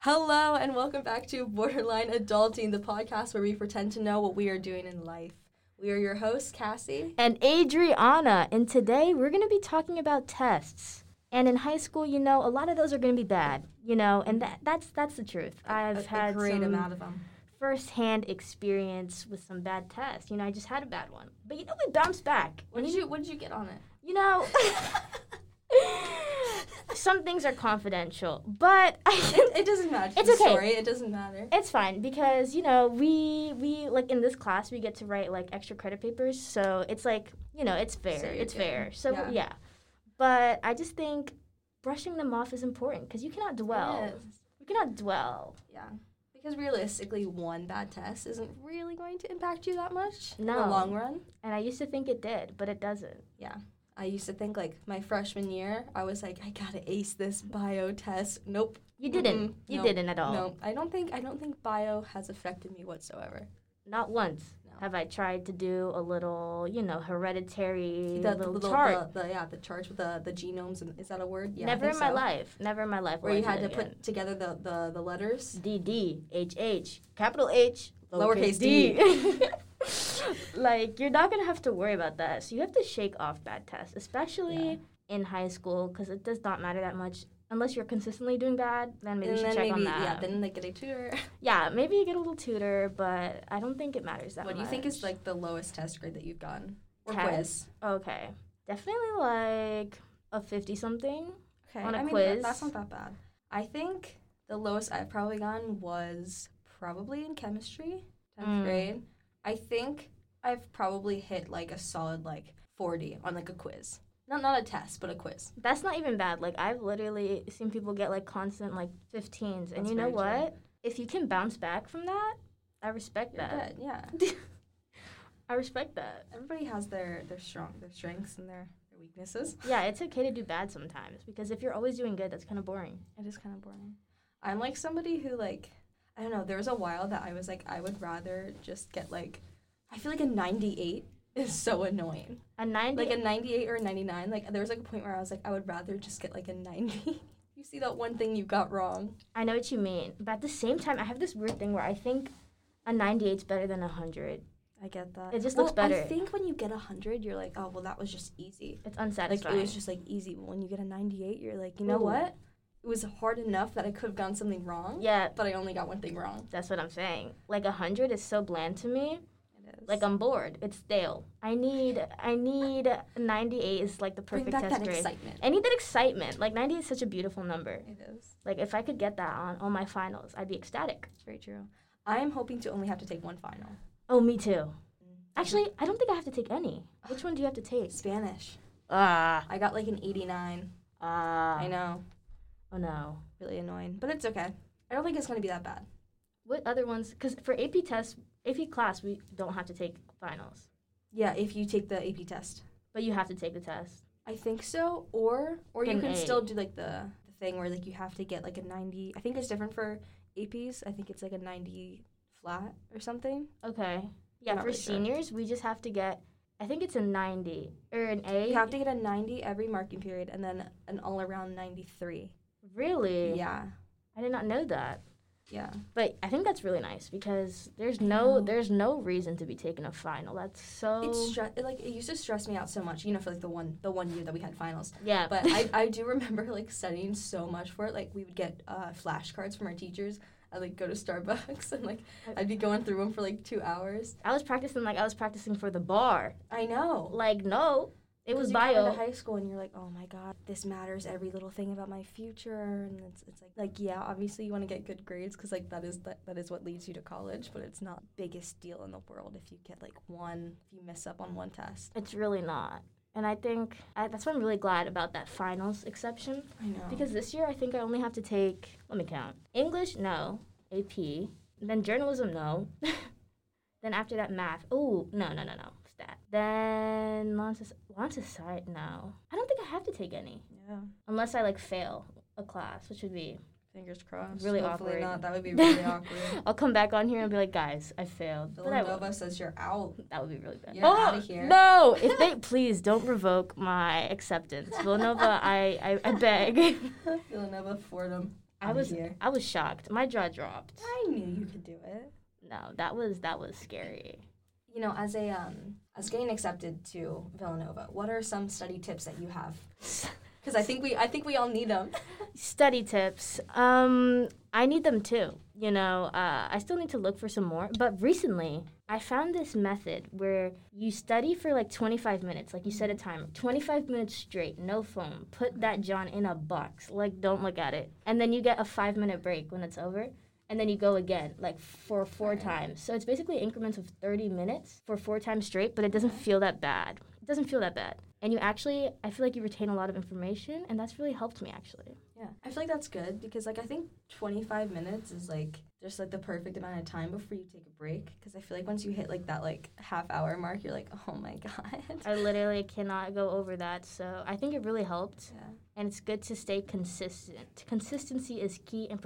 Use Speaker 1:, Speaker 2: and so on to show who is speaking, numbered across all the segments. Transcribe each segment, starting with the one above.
Speaker 1: Hello, and welcome back to Borderline Adulting, the podcast where we pretend to know what we are doing in life. We are your hosts, Cassie.
Speaker 2: and Adriana, and today we're going to be talking about tests. And in high school, you know, a lot of those are going to be bad, you know, and that, that's that's the truth. I've
Speaker 1: a,
Speaker 2: had
Speaker 1: a great
Speaker 2: some
Speaker 1: amount of them.
Speaker 2: firsthand experience with some bad tests. You know, I just had a bad one, but you know, we bounced back.
Speaker 1: What did you What did you get on it?
Speaker 2: You know, some things are confidential, but I can
Speaker 1: It, it doesn't matter.
Speaker 2: It's
Speaker 1: the
Speaker 2: okay.
Speaker 1: Story. It doesn't matter.
Speaker 2: It's fine because you know we we like in this class we get to write like extra credit papers, so it's like you know it's fair,
Speaker 1: So you're
Speaker 2: it's
Speaker 1: good.
Speaker 2: fair. So
Speaker 1: Yeah.
Speaker 2: yeah. but I just think brushing them off is important because you cannot dwell.
Speaker 1: Yes.
Speaker 2: You cannot dwell.
Speaker 1: Yeah. Because realistically, one bad test isn't really going to impact you that much in the
Speaker 2: No.
Speaker 1: long run.
Speaker 2: And I used to think it did, but it doesn't.
Speaker 1: I used to think like my freshman year, I was like, I gotta ace this bio test. Nope.
Speaker 2: You didn't.
Speaker 1: Mm-mm.
Speaker 2: You
Speaker 1: No.
Speaker 2: didn't at all.
Speaker 1: No, I don't think I don't think bio has affected me whatsoever.
Speaker 2: Not once
Speaker 1: No.
Speaker 2: have I tried to do a little you know hereditary
Speaker 1: the, the
Speaker 2: little,
Speaker 1: little
Speaker 2: chart.
Speaker 1: The, the- yeah the charts with the the genomes and is that a word? Yeah, I
Speaker 2: Never
Speaker 1: think
Speaker 2: in my
Speaker 1: so.
Speaker 2: life. Never in my life.
Speaker 1: Where
Speaker 2: will
Speaker 1: you
Speaker 2: I
Speaker 1: had
Speaker 2: do
Speaker 1: to
Speaker 2: that again.
Speaker 1: put together the the, the letters.
Speaker 2: D D H H capital H
Speaker 1: Lowercase
Speaker 2: like you're not gonna have to worry about that. So you have to shake off bad tests, especially in high school, because it does not matter that much unless you're consistently doing bad. Then maybe
Speaker 1: and
Speaker 2: you
Speaker 1: then
Speaker 2: should check
Speaker 1: maybe
Speaker 2: on that.
Speaker 1: yeah, then they get a tutor.
Speaker 2: yeah, maybe you get a little tutor, but I don't think it matters that
Speaker 1: what do
Speaker 2: much.
Speaker 1: you think is like the lowest test grade that you've gotten or
Speaker 2: Test?
Speaker 1: quiz?
Speaker 2: okay? Definitely like a fifty something.
Speaker 1: Okay,
Speaker 2: On a
Speaker 1: I mean
Speaker 2: quiz?
Speaker 1: that's not that bad. I think the lowest I've probably gotten was probably in chemistry, tenth
Speaker 2: Mm.
Speaker 1: grade. I think I've probably hit like a solid like forty on like a quiz. Not not a test, but a quiz.
Speaker 2: That's not even bad. Like I've literally seen people get like constant like 15s, and
Speaker 1: That's
Speaker 2: you
Speaker 1: very
Speaker 2: know
Speaker 1: true.
Speaker 2: what? If you can bounce back from that, I respect
Speaker 1: You're
Speaker 2: that.
Speaker 1: good, yeah.
Speaker 2: I respect that.
Speaker 1: Everybody has their their strong their strengths and their, their weaknesses.
Speaker 2: Yeah, it's okay to do bad sometimes because if you're always doing good, that's kind of boring.
Speaker 1: It is kind of boring. I'm like somebody who like I don't know. There was a while that I was like I would rather just get like I feel like a 98 is so annoying.
Speaker 2: A 90
Speaker 1: Like a 98 or a 99. Like there was like a point where I was like I would rather just get like a 90. you see that one thing you got wrong.
Speaker 2: I know what you mean, but at the same time, I have this weird thing where I think a 98 is better than a 100.
Speaker 1: I get that.
Speaker 2: It just
Speaker 1: Well,
Speaker 2: looks better.
Speaker 1: I think when you get a 100, you're like, oh well, that was just easy.
Speaker 2: It's
Speaker 1: Like
Speaker 2: unsatisfying.
Speaker 1: it was just like easy. But when you get a 98, you're like, you know
Speaker 2: Ooh.
Speaker 1: what? It was hard enough that I could have gotten something wrong.
Speaker 2: yeah,
Speaker 1: but I only got one thing wrong.
Speaker 2: that's what I'm saying. Like a 100 is so bland to me.
Speaker 1: It is.
Speaker 2: Like I'm bored. It's stale. I need I need 98 is like the
Speaker 1: bring
Speaker 2: perfect
Speaker 1: back
Speaker 2: test
Speaker 1: that
Speaker 2: grade.
Speaker 1: excitement.
Speaker 2: I need that excitement. Like 98 is such a beautiful number.
Speaker 1: It is.
Speaker 2: Like if I could get that on all my finals, I'd be ecstatic.
Speaker 1: It's very true. I am hoping to only have to take one final.
Speaker 2: Oh, me too. Actually, I don't think I have to take any. Which one do you have to take?
Speaker 1: Spanish.
Speaker 2: Ah.
Speaker 1: I got like an 89.
Speaker 2: Ah.
Speaker 1: I know,
Speaker 2: Oh no.
Speaker 1: really annoying, but it's okay. I don't think it's gonna be that bad.
Speaker 2: What other ones? Because for AP tests, AP class, we don't have to take finals,
Speaker 1: Yeah, if you take the AP test,
Speaker 2: but you have to take the test.
Speaker 1: I think so. Or or you
Speaker 2: An
Speaker 1: can
Speaker 2: A.
Speaker 1: still do like the, the thing where like you have to get like a 90. I think it's different for APs. I think it's like a 90 flat or something.
Speaker 2: Okay. Yeah,
Speaker 1: Not
Speaker 2: for
Speaker 1: really sure.
Speaker 2: seniors, we just have to get. I think it's a 90 or an A.
Speaker 1: You have to get a 90 every marking period and then an all around 93.
Speaker 2: really?
Speaker 1: Yeah,
Speaker 2: I did not know that.
Speaker 1: yeah.
Speaker 2: But I think that's really nice because there's no
Speaker 1: know.
Speaker 2: there's no reason to be taking a final. That's so
Speaker 1: It's stre- it, like it used to stress me out so much, you know, for like the one the one year that we had finals.
Speaker 2: yeah.
Speaker 1: But I, I do remember like studying so much for it. Like we would get uh, flashcards from our teachers. I'd like go to Starbucks and like I'd be going through them for like two hours.
Speaker 2: I was practicing like I was practicing for the bar.
Speaker 1: I know.
Speaker 2: Like no, it was
Speaker 1: 'Cause you come into
Speaker 2: bio.
Speaker 1: high school and you're like, oh my god, this matters every little thing about my future, and it's, it's like like yeah, obviously you want to get good grades because like that is that, that is what leads you to college, but it's not the biggest deal in the world if you get like one if you mess up on one test.
Speaker 2: It's really not. And I think I, that's why I'm really glad about that finals exception
Speaker 1: I know.
Speaker 2: because this year I think I only have to take let me count English no AP then journalism no then after that math oh no no no no stat then lawn soc- lawn society no I don't think I have to take any
Speaker 1: yeah.
Speaker 2: unless I like fail a class which would be
Speaker 1: Fingers crossed.
Speaker 2: Really
Speaker 1: Hopefully
Speaker 2: awkward.
Speaker 1: not. That would be really awkward.
Speaker 2: I'll come back on here and be like guys I failed but I won't.
Speaker 1: Villanova says you're out.
Speaker 2: That would be really bad. Oh,
Speaker 1: You're outta here.
Speaker 2: No, if they please don't revoke my acceptance, Villanova. I, I I beg.
Speaker 1: Villanova Fordham
Speaker 2: I
Speaker 1: outta
Speaker 2: was
Speaker 1: here.
Speaker 2: I was shocked. My jaw dropped.
Speaker 1: I knew you could do it.
Speaker 2: No, that was that was scary.
Speaker 1: You know, as a um, as getting accepted to Villanova, what are some study tips that you have? Because I think we I think we all need them.
Speaker 2: Study tips. Um, I need them too. You know, uh, I still need to look for some more. But recently, I found this method where you study for like 25 minutes, like you set a timer, 25 minutes straight, no phone. Put that John in a box, like don't look at it, and then you get a five minute break when it's over. And then you go again, like for four times. So it's basically increments of 30 minutes for four times straight, but it doesn't feel that bad. It doesn't feel that bad. And you actually, I feel like you retain a lot of information, and that's really helped me actually.
Speaker 1: Yeah, I feel like that's good because like I think 25 minutes is like just like the perfect amount of time before you take a break because I feel like once you hit like that like half hour mark you're like oh my god.
Speaker 2: I literally cannot go over that. So I think it really helped.
Speaker 1: Yeah.
Speaker 2: And it's good to stay consistent. Consistency is key, and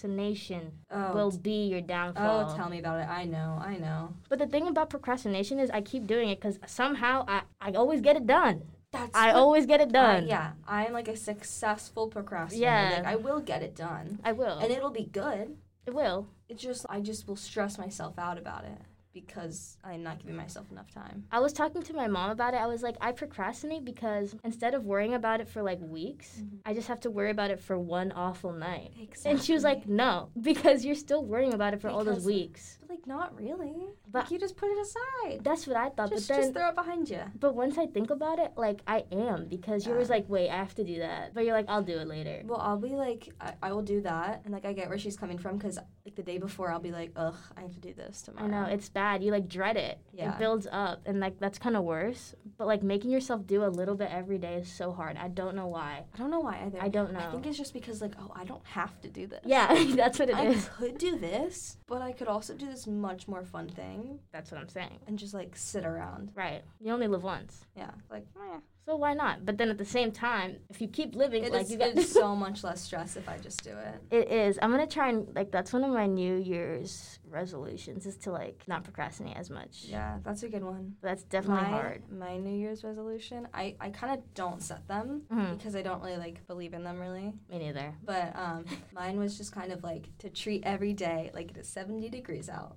Speaker 2: procrastination
Speaker 1: Oh,
Speaker 2: will be your downfall.
Speaker 1: oh, tell me about it. I know, I know.
Speaker 2: but the thing about procrastination is I keep doing it because somehow I, I always get it done.
Speaker 1: That's
Speaker 2: I always get it done.
Speaker 1: yeah, I'm like a successful procrastinator.
Speaker 2: Yeah. Oh.
Speaker 1: Like I will get it done,
Speaker 2: I will.
Speaker 1: and it'll be good.
Speaker 2: it will.
Speaker 1: It's just I just will stress myself out about it because I'm not giving myself enough time.
Speaker 2: I was talking to my mom about it. I was like, I procrastinate because instead of worrying about it for like weeks,
Speaker 1: Mm-hmm.
Speaker 2: I just have to worry about it for one awful night.
Speaker 1: Exactly.
Speaker 2: And she was like, No, because you're still worrying about it for all those
Speaker 1: Because-
Speaker 2: weeks.
Speaker 1: But, like not really.
Speaker 2: But-
Speaker 1: like you just put it aside.
Speaker 2: That's what I thought.
Speaker 1: Just,
Speaker 2: but then,
Speaker 1: just throw it behind you.
Speaker 2: but once I think about it, like I am because you're always like, Wait, I have to do that. But you're like, I'll do it later.
Speaker 1: Well, I'll be like, I, I will do that, and like I get where she's coming from because like the day before I'll be like, ugh, I have to do this tomorrow.
Speaker 2: I know it's bad. You like dread it.
Speaker 1: Yeah.
Speaker 2: It builds up, and like that's kind of worse. But like making yourself do a little bit every day is so hard. I don't know why.
Speaker 1: I don't know why either.
Speaker 2: I don't
Speaker 1: I
Speaker 2: know.
Speaker 1: think it's just because like, oh, I don't have to do this.
Speaker 2: Yeah, that's what it is.
Speaker 1: I could do this, but I could also do this much more fun thing
Speaker 2: That's what I'm saying.
Speaker 1: and just like sit around.
Speaker 2: Right. You only live once.
Speaker 1: Yeah, like meh.
Speaker 2: So why not? But then at the same time, if you keep living,
Speaker 1: It
Speaker 2: like
Speaker 1: is-
Speaker 2: you got
Speaker 1: it's so much less stress if I just do it.
Speaker 2: It is. I'm gonna try and like that's one of my New Year's resolutions is to like not procrastinate as much.
Speaker 1: Yeah, that's a good one.
Speaker 2: But that's definitely
Speaker 1: my,
Speaker 2: hard.
Speaker 1: My New Year's resolution, I, I kind of don't set them
Speaker 2: Mhm.
Speaker 1: because I don't really like believe in them really.
Speaker 2: Me neither.
Speaker 1: But um, mine was just kind of like to treat every day like it is 70 degrees out.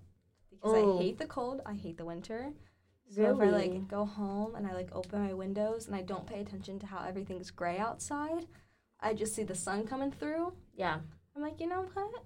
Speaker 1: Because
Speaker 2: Ooh.
Speaker 1: I hate the cold, I hate the winter. So if I
Speaker 2: Really?
Speaker 1: like go home and I like open my windows and I don't pay attention to how everything's gray outside, I just see the sun coming through.
Speaker 2: Yeah.
Speaker 1: I'm like, you know what?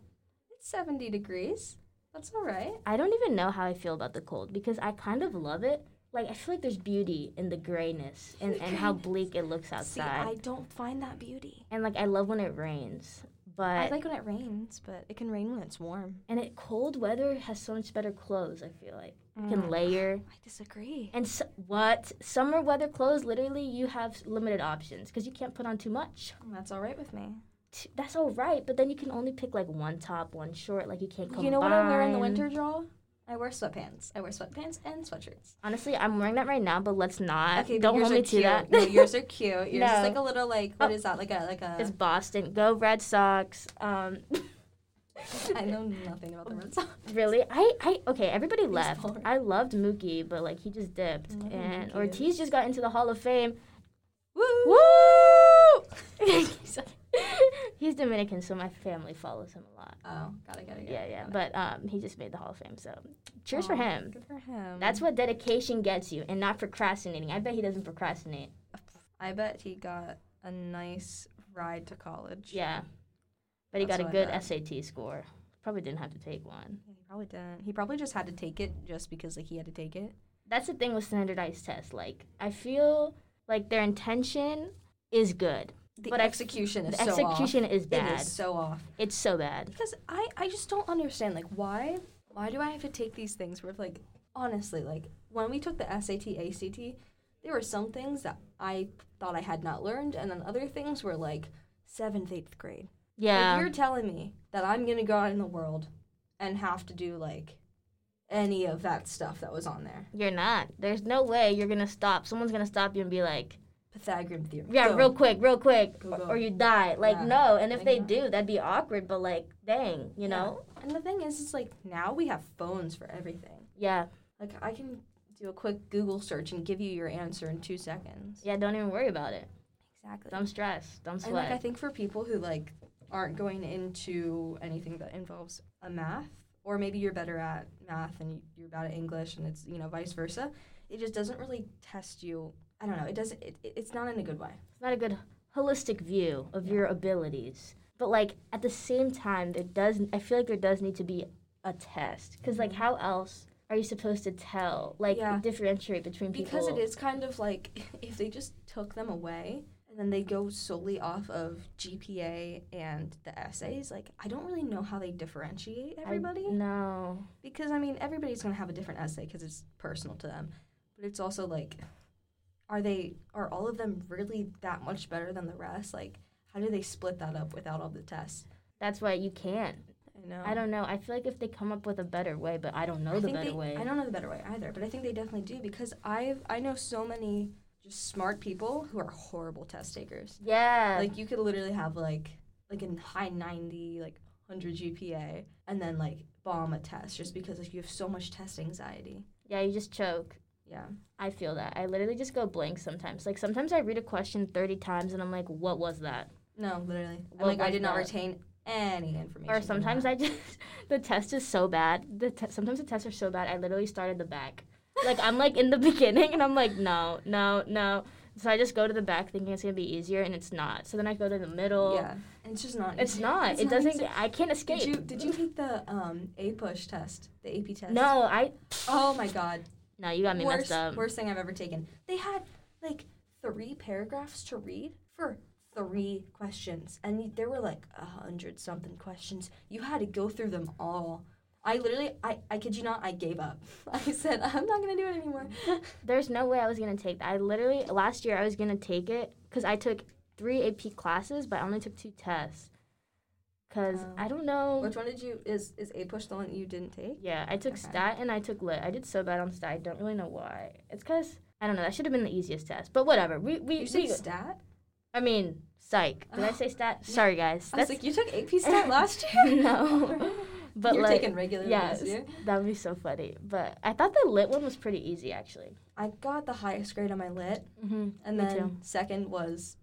Speaker 1: It's 70 degrees. That's all right.
Speaker 2: I don't even know how I feel about the cold because I kind of love it. Like I feel like there's beauty in the grayness and, and how bleak it looks
Speaker 1: See,
Speaker 2: outside.
Speaker 1: I don't find that beauty.
Speaker 2: and like I love when it rains.
Speaker 1: I
Speaker 2: But
Speaker 1: like when it rains, but it can rain when it's warm.
Speaker 2: and it cold weather has so much better clothes, I feel like. You
Speaker 1: Mm.
Speaker 2: can layer.
Speaker 1: I disagree.
Speaker 2: And s what summer weather clothes? Literally, you have limited options because you can't put on too much.
Speaker 1: That's all right with me.
Speaker 2: T- That's all right, but then you can only pick like one top, one short. Like you can't combine.
Speaker 1: You know what I wear in the winter, Draw? I wear sweatpants. I wear sweatpants and sweatshirts.
Speaker 2: Honestly, I'm wearing that right now, but let's not.
Speaker 1: Okay, but
Speaker 2: Uh, Don't
Speaker 1: yours
Speaker 2: hold
Speaker 1: are
Speaker 2: me to
Speaker 1: cute.
Speaker 2: that.
Speaker 1: No, yours are cute. Yours
Speaker 2: No.
Speaker 1: is like a little like what
Speaker 2: Oh.
Speaker 1: is that? Like a like
Speaker 2: It's
Speaker 1: a.
Speaker 2: Boston. Go Red Sox. Um,
Speaker 1: I know nothing
Speaker 2: Oh.
Speaker 1: about the Red Sox.
Speaker 2: really, I, I okay. Everybody left.
Speaker 1: boring.
Speaker 2: I loved Mookie, but like he just dipped,
Speaker 1: love
Speaker 2: and
Speaker 1: Mookie.
Speaker 2: Ortiz just got into the Hall of Fame.
Speaker 1: Woo!
Speaker 2: Woo! He's Dominican, so my family follows him a lot.
Speaker 1: Oh, got it, got it, got
Speaker 2: Yeah,
Speaker 1: it,
Speaker 2: yeah.
Speaker 1: got it.
Speaker 2: But um, he just made the Hall of Fame, so cheers for
Speaker 1: Aw,
Speaker 2: him.
Speaker 1: Good for him.
Speaker 2: That's what dedication gets you, and not procrastinating. I bet he doesn't procrastinate.
Speaker 1: I bet he got a nice ride to college.
Speaker 2: Yeah, but he
Speaker 1: That's
Speaker 2: got a
Speaker 1: what I
Speaker 2: good
Speaker 1: bet.
Speaker 2: SAT score. Probably didn't have to take one.
Speaker 1: Yeah, He probably didn't. He probably just had to take it just because like he had to take it.
Speaker 2: That's the thing with standardized tests. Like I feel like their intention is good.
Speaker 1: The
Speaker 2: But I-
Speaker 1: execution is
Speaker 2: The
Speaker 1: so off.
Speaker 2: execution is
Speaker 1: It
Speaker 2: bad.
Speaker 1: is so off.
Speaker 2: It's so bad.
Speaker 1: Because I, I just don't understand like why why do I have to take these things where like honestly like when we took the SAT ACT there were some things that I thought I had not learned and then other things were like seventh eighth grade.
Speaker 2: Yeah.
Speaker 1: Like, you're telling me that I'm gonna go out in the world and have to do like any of that stuff that was on there.
Speaker 2: You're not. There's no way you're gonna stop. Someone's gonna stop you and be like,
Speaker 1: Pythagorean theorem.
Speaker 2: "Yeah,
Speaker 1: Go.
Speaker 2: real quick, real quick,"
Speaker 1: Go,
Speaker 2: or-
Speaker 1: go.
Speaker 2: or you die. Like,
Speaker 1: Yeah.
Speaker 2: no. And if
Speaker 1: Like,
Speaker 2: they
Speaker 1: no.
Speaker 2: do, that'd be awkward. But like, dang, you know?
Speaker 1: And the thing is, it's like now we have phones for everything.
Speaker 2: Yeah.
Speaker 1: Like I can do a quick Google search and give you your answer in two seconds.
Speaker 2: Yeah. Don't even worry about it.
Speaker 1: Exactly.
Speaker 2: Don't stress. Don't
Speaker 1: And like I
Speaker 2: sweat.
Speaker 1: think for people who like aren't going into anything that involves a math, or maybe you're better at math and you- you're bad at English, and it's you know vice versa. It just doesn't really test you. I don't know. It doesn't. It, it- it's not in a good way.
Speaker 2: It's not a good holistic view of your abilities. But like at the same time, there does I feel like there does need to be a test because like how else are you supposed to tell like
Speaker 1: Mm-hmm. Yeah.
Speaker 2: differentiate between people?
Speaker 1: Because it is kind of like if they just took them away and then they go solely off of GPA and the essays, like I don't really know how they differentiate
Speaker 2: I-
Speaker 1: everybody.
Speaker 2: no,
Speaker 1: because I mean everybody's gonna have a different essay because it's personal to them, but it's also like, are they are all of them really that much better than the rest? Like, how do they split that up without all the tests?
Speaker 2: that's why you can't.
Speaker 1: I know.
Speaker 2: I don't know. I feel like if they come up with a better way, but I don't know
Speaker 1: I
Speaker 2: the
Speaker 1: think
Speaker 2: better
Speaker 1: they,
Speaker 2: way.
Speaker 1: I don't know the better way either, but I think they definitely do because I've I know so many just smart people who are horrible test takers.
Speaker 2: yeah,
Speaker 1: Like you could literally have like like a high ninety like hundred GPA and then like bomb a test just because like you have so much test anxiety.
Speaker 2: yeah, you just choke.
Speaker 1: Yeah.
Speaker 2: I feel that. I literally just go blank sometimes. Like sometimes I read a question 30 times and I'm like, what was that?
Speaker 1: No, literally.
Speaker 2: What
Speaker 1: I'm like, I
Speaker 2: was
Speaker 1: did not
Speaker 2: that?
Speaker 1: retain any information.
Speaker 2: Or sometimes I just the test is so bad. The te- sometimes the tests are so bad. I literally start at the back. Like I'm like in the beginning and I'm like no no no. So I just go to the back thinking it's gonna be easier and it's not. So then I go to the middle.
Speaker 1: Yeah, and it's just not.
Speaker 2: It's
Speaker 1: easy.
Speaker 2: not.
Speaker 1: It's
Speaker 2: it doesn't.
Speaker 1: easy.
Speaker 2: I can't escape.
Speaker 1: Did you did you take the um A push test, the AP test?
Speaker 2: No, I.
Speaker 1: Oh my god.
Speaker 2: No, you got me
Speaker 1: worst
Speaker 2: messed up.
Speaker 1: worst thing I've ever taken. They had like three paragraphs to read for three questions, and y- there were like a hundred something questions. You had to go through them all. I literally, I, I kid you not, I gave up. I said, I'm not gonna do it anymore.
Speaker 2: There's no way I was gonna take that. I literally last year I was gonna take it because I took three AP classes, but I only took two tests. Cause
Speaker 1: Oh.
Speaker 2: I don't know.
Speaker 1: Which one did you? Is is A push the one that you didn't take?
Speaker 2: Yeah, I took
Speaker 1: Okay.
Speaker 2: stat and I took lit. I did so bad on stat. I don't really know why. It's because I don't know. That should have been the easiest test, but whatever. We we,
Speaker 1: You
Speaker 2: we-
Speaker 1: said stat.
Speaker 2: I mean, psych. Did I say stat? Sorry, guys.
Speaker 1: I was
Speaker 2: That's
Speaker 1: like, you took AP stat last year?
Speaker 2: no. But
Speaker 1: You're
Speaker 2: like,
Speaker 1: taking regular
Speaker 2: yes,
Speaker 1: this year.
Speaker 2: that would be so funny. But I thought the lit one was pretty easy actually.
Speaker 1: I got the highest grade on my lit,
Speaker 2: Mm-hmm.
Speaker 1: and
Speaker 2: Me
Speaker 1: then
Speaker 2: too.
Speaker 1: second was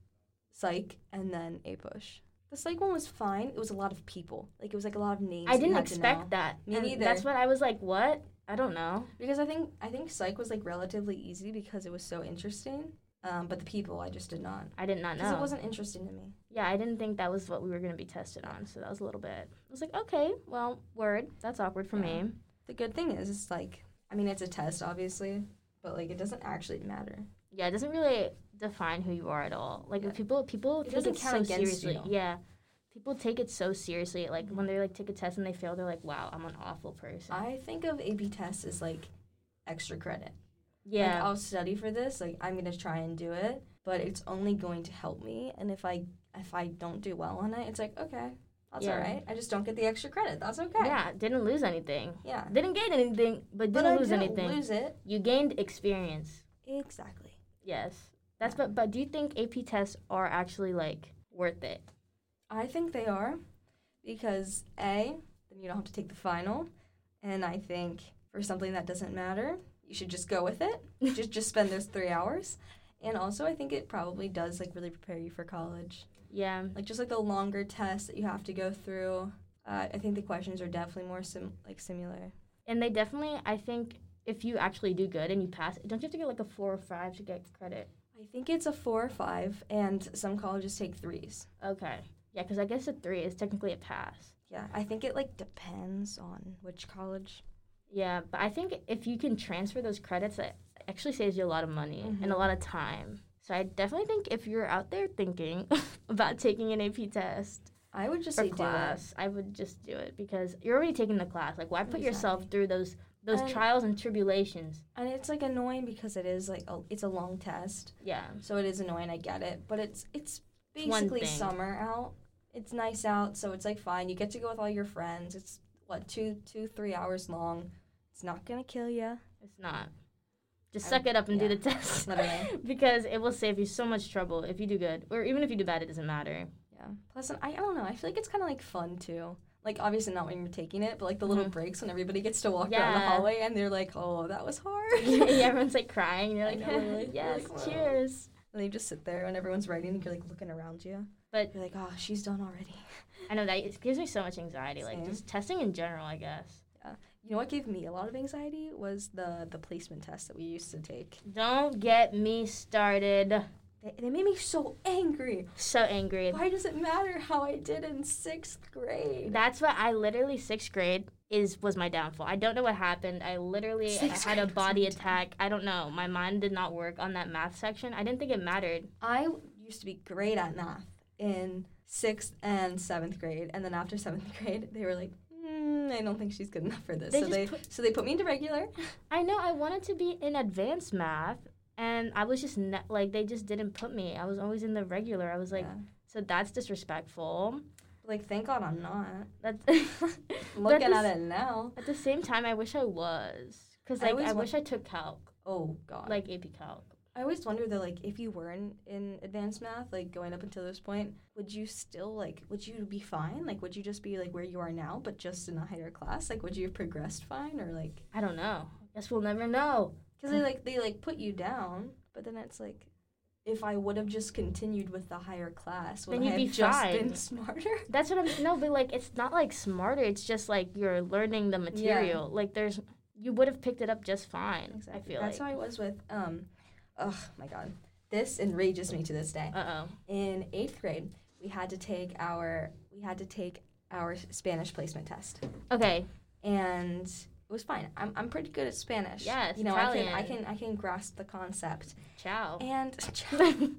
Speaker 1: psych, and then A push. The psych one was fine. It was a lot of people. Like it was like a lot of names.
Speaker 2: I
Speaker 1: you
Speaker 2: didn't
Speaker 1: had to know.
Speaker 2: expect that.
Speaker 1: Me
Speaker 2: and
Speaker 1: neither.
Speaker 2: That's what I was like. What? I don't know.
Speaker 1: because I think I think psych was like relatively easy because it was so interesting. Um, but the people I just did not
Speaker 2: I did not
Speaker 1: because
Speaker 2: know.
Speaker 1: it wasn't interesting to me.
Speaker 2: yeah, I didn't think that was what we were gonna be tested on. So that was a little bit. I was like, okay, well, word. That's awkward for
Speaker 1: Yeah.
Speaker 2: me.
Speaker 1: The good thing is, it's like I mean, it's a test, obviously, but like it doesn't actually matter.
Speaker 2: yeah, it doesn't really define who you are at all. Like
Speaker 1: Yeah.
Speaker 2: if people people
Speaker 1: It
Speaker 2: take
Speaker 1: doesn't
Speaker 2: it so
Speaker 1: count against you.
Speaker 2: seriously. Yeah. People take it so seriously. Like when they like take a test and they fail, they're like, "Wow, I'm an awful person."
Speaker 1: I think of AP tests as like extra credit. Like,
Speaker 2: yeah,
Speaker 1: I'll study for this. Like, I'm gonna try and do it, but it's only going to help me. And if I if I don't do well on it, it's like okay, that's
Speaker 2: Yeah.
Speaker 1: all right. I just don't get the extra credit. That's oh, okay.
Speaker 2: yeah, didn't lose anything.
Speaker 1: Yeah.
Speaker 2: Didn't gain anything, but didn't
Speaker 1: But I
Speaker 2: lose
Speaker 1: didn't
Speaker 2: anything.
Speaker 1: lose it
Speaker 2: you gained experience.
Speaker 1: exactly.
Speaker 2: Yes, that's. But but do you think AP tests are actually like worth it?
Speaker 1: I think they are, because a then you don't have to take the final, and I think for something that doesn't matter, you should just go with it. just just spend those three hours. And also, I think it probably does like really prepare you for college.
Speaker 2: Yeah,
Speaker 1: like just like the longer tests that you have to go through. Uh, I think the questions are definitely more sim- like similar.
Speaker 2: and they definitely. I think if you actually do good and you pass, don't you have to get like a four or five to get credit?
Speaker 1: I think it's a four or five, and some colleges take threes.
Speaker 2: Okay. Yeah, because I guess a three is technically a pass.
Speaker 1: Yeah, I think it like depends on which college.
Speaker 2: Yeah, but I think if you can transfer those credits, that actually saves you a lot of money and a
Speaker 1: Mm-hmm.
Speaker 2: lot of time. So I definitely think if you're out there thinking about taking an AP test
Speaker 1: I would just
Speaker 2: or
Speaker 1: say do
Speaker 2: class, I would just do it because you're already taking the class. Like, why put yourself
Speaker 1: Exactly.
Speaker 2: through those those
Speaker 1: And-
Speaker 2: trials and tribulations?
Speaker 1: it, and it's like annoying because it is like a, it's a long test,
Speaker 2: Yeah,
Speaker 1: so it is annoying. I get it, but it's it's
Speaker 2: It's one
Speaker 1: basically
Speaker 2: thing.
Speaker 1: summer out. It's nice out, so it's like fine. You get to go with all your friends. It's what two two three hours long. It's not gonna kill you.
Speaker 2: it's not. Just
Speaker 1: I-
Speaker 2: suck it up and
Speaker 1: yeah.
Speaker 2: do the test
Speaker 1: Literally.
Speaker 2: because it will save you so much trouble if you do good or even if you do bad. It doesn't matter.
Speaker 1: Yeah. Plus, I, I don't know. I feel like it's kind of like fun too. Like obviously not when you're taking it, but like the little
Speaker 2: Mhm.
Speaker 1: breaks when everybody gets to walk down the
Speaker 2: Yeah.
Speaker 1: hallway and they're like, "Oh, that was hard,"
Speaker 2: yeah, everyone's like crying. You're
Speaker 1: I
Speaker 2: like,
Speaker 1: know, really.
Speaker 2: yes,
Speaker 1: Like, wow.
Speaker 2: cheers.
Speaker 1: and they just sit there and everyone's writing and you're like looking around you.
Speaker 2: But-
Speaker 1: you're like, "Oh, she's done already."
Speaker 2: I know that it gives me so much anxiety, like
Speaker 1: Same.
Speaker 2: just testing in general, I guess.
Speaker 1: You know what gave me a lot of anxiety was the the placement test that we used to take.
Speaker 2: Don't get me started.
Speaker 1: They, they made me so angry.
Speaker 2: So angry.
Speaker 1: Why does it matter how I did in sixth grade?
Speaker 2: That's what I literally sixth grade is was my downfall. I don't know what happened. I literally
Speaker 1: Sixth
Speaker 2: I had a
Speaker 1: grade was my
Speaker 2: body
Speaker 1: downfall.
Speaker 2: attack. I don't know. My mind did not work on that math section. I didn't think it mattered.
Speaker 1: I used to be great at math in sixth and seventh grade, and then after seventh grade, they were like, mm, "I don't think she's good enough for this."
Speaker 2: They
Speaker 1: so
Speaker 2: just
Speaker 1: they so they put me into regular.
Speaker 2: I know I wanted to be in advanced math, and I was just ne- like they just didn't put me. I was always in the regular. I was like,
Speaker 1: Yeah.
Speaker 2: so that's disrespectful.
Speaker 1: like thank God I'm not
Speaker 2: That's
Speaker 1: looking
Speaker 2: is-
Speaker 1: at it now.
Speaker 2: at the same time. I wish I was, cause
Speaker 1: I
Speaker 2: like
Speaker 1: always
Speaker 2: I,
Speaker 1: wa-
Speaker 2: wish I took calc,
Speaker 1: Oh God,
Speaker 2: like AP calc.
Speaker 1: I always wonder though, like if you weren't in advanced math, like going up until this point, would you still like would you be fine? Like would you just be like where you are now, but just in a higher class? Like would you have progressed fine or like
Speaker 2: I don't know. Guess we'll never know.
Speaker 1: because they like they like put you down, but then it's like if I would have just continued with the higher class, would
Speaker 2: Then
Speaker 1: I
Speaker 2: you'd
Speaker 1: have
Speaker 2: be
Speaker 1: just
Speaker 2: fine.
Speaker 1: been smarter?
Speaker 2: That's what I'm. No, but like it's not like smarter. It's just like you're learning the material. Like there's, you would have picked it up just fine. I feel
Speaker 1: That's
Speaker 2: like.
Speaker 1: how I was with um, oh my god, this enrages me to this day.
Speaker 2: Uh oh.
Speaker 1: in eighth grade, we had to take our we had to take our Spanish placement test,
Speaker 2: Okay.
Speaker 1: and it was fine. I'm, I'm pretty good at Spanish.
Speaker 2: Yes,
Speaker 1: you know I can, I
Speaker 2: Italian. Oh.
Speaker 1: can I can grasp the concept.
Speaker 2: Ciao.
Speaker 1: And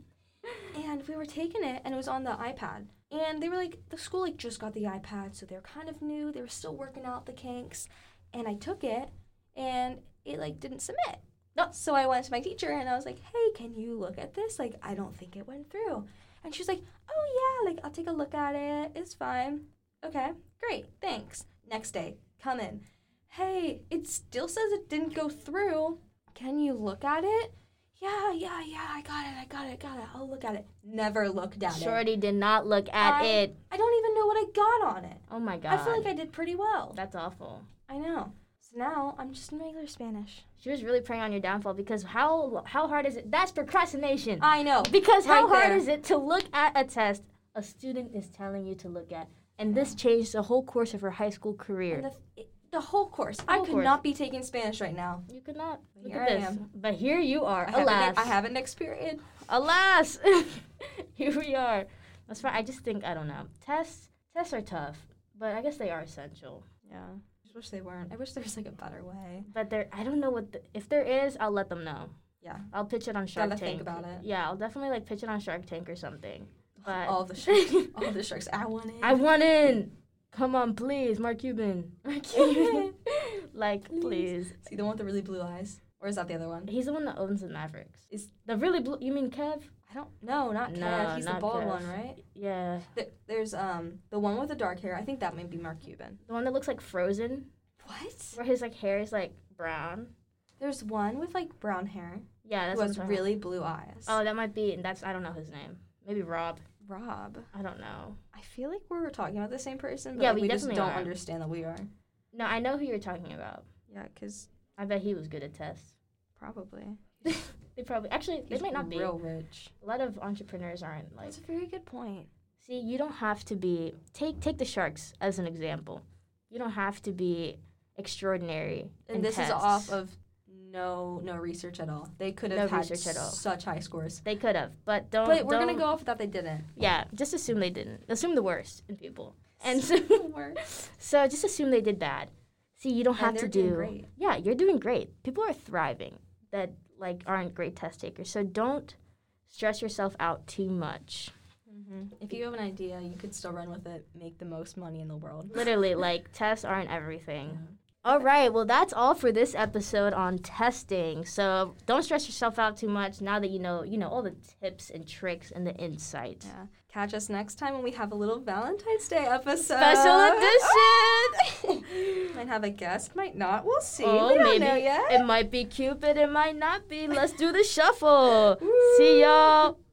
Speaker 1: and we were taking it, and it was on the iPad. And they were like the school like just got the iPad, so they're kind of new. They were still working out the kinks, and I took it, and it like didn't submit.
Speaker 2: No.
Speaker 1: So I went to my teacher and I was like, "Hey, can you look at this? Like, I don't think it went through." And she's like, "Oh yeah, like I'll take a look at it. It's fine. Okay, great, thanks." Next day, come in. Hey, it still says it didn't go through. Can you look at it? Yeah, yeah, yeah. I got it. I got it. I got it. I'll look at it. Never looked at it.
Speaker 2: Shorty did not look at
Speaker 1: I-
Speaker 2: it.
Speaker 1: I don't even know what I got on it.
Speaker 2: Oh my god.
Speaker 1: I feel like I did pretty well.
Speaker 2: that's awful.
Speaker 1: I know. So now I'm just in regular Spanish.
Speaker 2: She was really preying on your downfall because how how hard is it? That's procrastination.
Speaker 1: I know.
Speaker 2: because how
Speaker 1: right
Speaker 2: hard
Speaker 1: there.
Speaker 2: is it to look at a test a student is telling you to look at? And this changed the whole course of her high school career.
Speaker 1: And the, it- the whole course. I
Speaker 2: Whole
Speaker 1: could
Speaker 2: course.
Speaker 1: not be taking Spanish right now.
Speaker 2: you could not. Look
Speaker 1: Here
Speaker 2: at
Speaker 1: I
Speaker 2: this.
Speaker 1: am.
Speaker 2: But here you are.
Speaker 1: I
Speaker 2: alas.
Speaker 1: haven't, I haven't next period.
Speaker 2: alas here we are that's why i just think i don't know tests tests are tough but i guess they are essential
Speaker 1: Yeah. I just wish they weren't. I wish there was like a better way.
Speaker 2: but there i don't know what the, if there is i'll let them know
Speaker 1: Yeah.
Speaker 2: i'll pitch it on shark
Speaker 1: Gotta
Speaker 2: tank
Speaker 1: think about it.
Speaker 2: yeah i'll definitely like pitch it on shark tank or something but
Speaker 1: All the sharks. all the sharks. I want it.
Speaker 2: i want in come on please mark cuban
Speaker 1: Cuban.
Speaker 2: like please.
Speaker 1: Please. See the one with the really blue eyes? Or is that the other one?
Speaker 2: he's the one that owns the mavericks
Speaker 1: Is-
Speaker 2: the really blue you mean kev
Speaker 1: I don't No, not
Speaker 2: No,
Speaker 1: Kev. He's
Speaker 2: not
Speaker 1: the bald
Speaker 2: Kev.
Speaker 1: one, right?
Speaker 2: yeah
Speaker 1: Th- there's um the one with the dark hair. I think that might be Mark Cuban.
Speaker 2: the one that looks like frozen
Speaker 1: What?
Speaker 2: where his like hair is like brown
Speaker 1: There's one with like brown hair
Speaker 2: yeah that's
Speaker 1: who
Speaker 2: what
Speaker 1: has
Speaker 2: I'm talking about.
Speaker 1: really blue eyes.
Speaker 2: Oh, that might be. That's I don't know his name. Maybe Rob.
Speaker 1: Rob.
Speaker 2: I don't know.
Speaker 1: I feel like we're talking about the same person, but
Speaker 2: Yeah,
Speaker 1: like,
Speaker 2: we
Speaker 1: we, just
Speaker 2: definitely
Speaker 1: don't
Speaker 2: are.
Speaker 1: understand that we are.
Speaker 2: No, I know who you're talking about.
Speaker 1: Yeah, because
Speaker 2: I bet he was good at tests.
Speaker 1: probably.
Speaker 2: They probably actually they
Speaker 1: He's
Speaker 2: might not be.
Speaker 1: real rich.
Speaker 2: A lot of entrepreneurs aren't like.
Speaker 1: That's a very good point.
Speaker 2: See, you don't have to be. Take take the sharks as an example. You don't have to be extraordinary. in
Speaker 1: And this is
Speaker 2: tests.
Speaker 1: off of no no research at all. They could
Speaker 2: No
Speaker 1: have had
Speaker 2: research at all.
Speaker 1: such high scores.
Speaker 2: They could have, but don't.
Speaker 1: But we're gonna
Speaker 2: don't-
Speaker 1: go off that they didn't.
Speaker 2: Yeah, just assume they didn't. Assume the worst in people, and so,
Speaker 1: Don't
Speaker 2: so just assume they did bad. See, you don't have to do.
Speaker 1: great.
Speaker 2: yeah, you're doing great. People are thriving that like aren't great test takers. So don't stress yourself out too much. Mm-hmm.
Speaker 1: If you have an idea, you could still run with it. Make the most money in the world.
Speaker 2: Literally, like tests aren't everything. All right, well that's all for this episode on testing. So don't stress yourself out too much now that you know, you know all the tips and tricks and the insights.
Speaker 1: Yeah. Catch us next time when we have a little Valentine's Day episode.
Speaker 2: Special
Speaker 1: edition. might have a guest, might not. We'll see. Uh-huh.
Speaker 2: Oh,
Speaker 1: we don't know yet.
Speaker 2: it might be Cupid, it might not be. Let's do the shuffle. See y'all.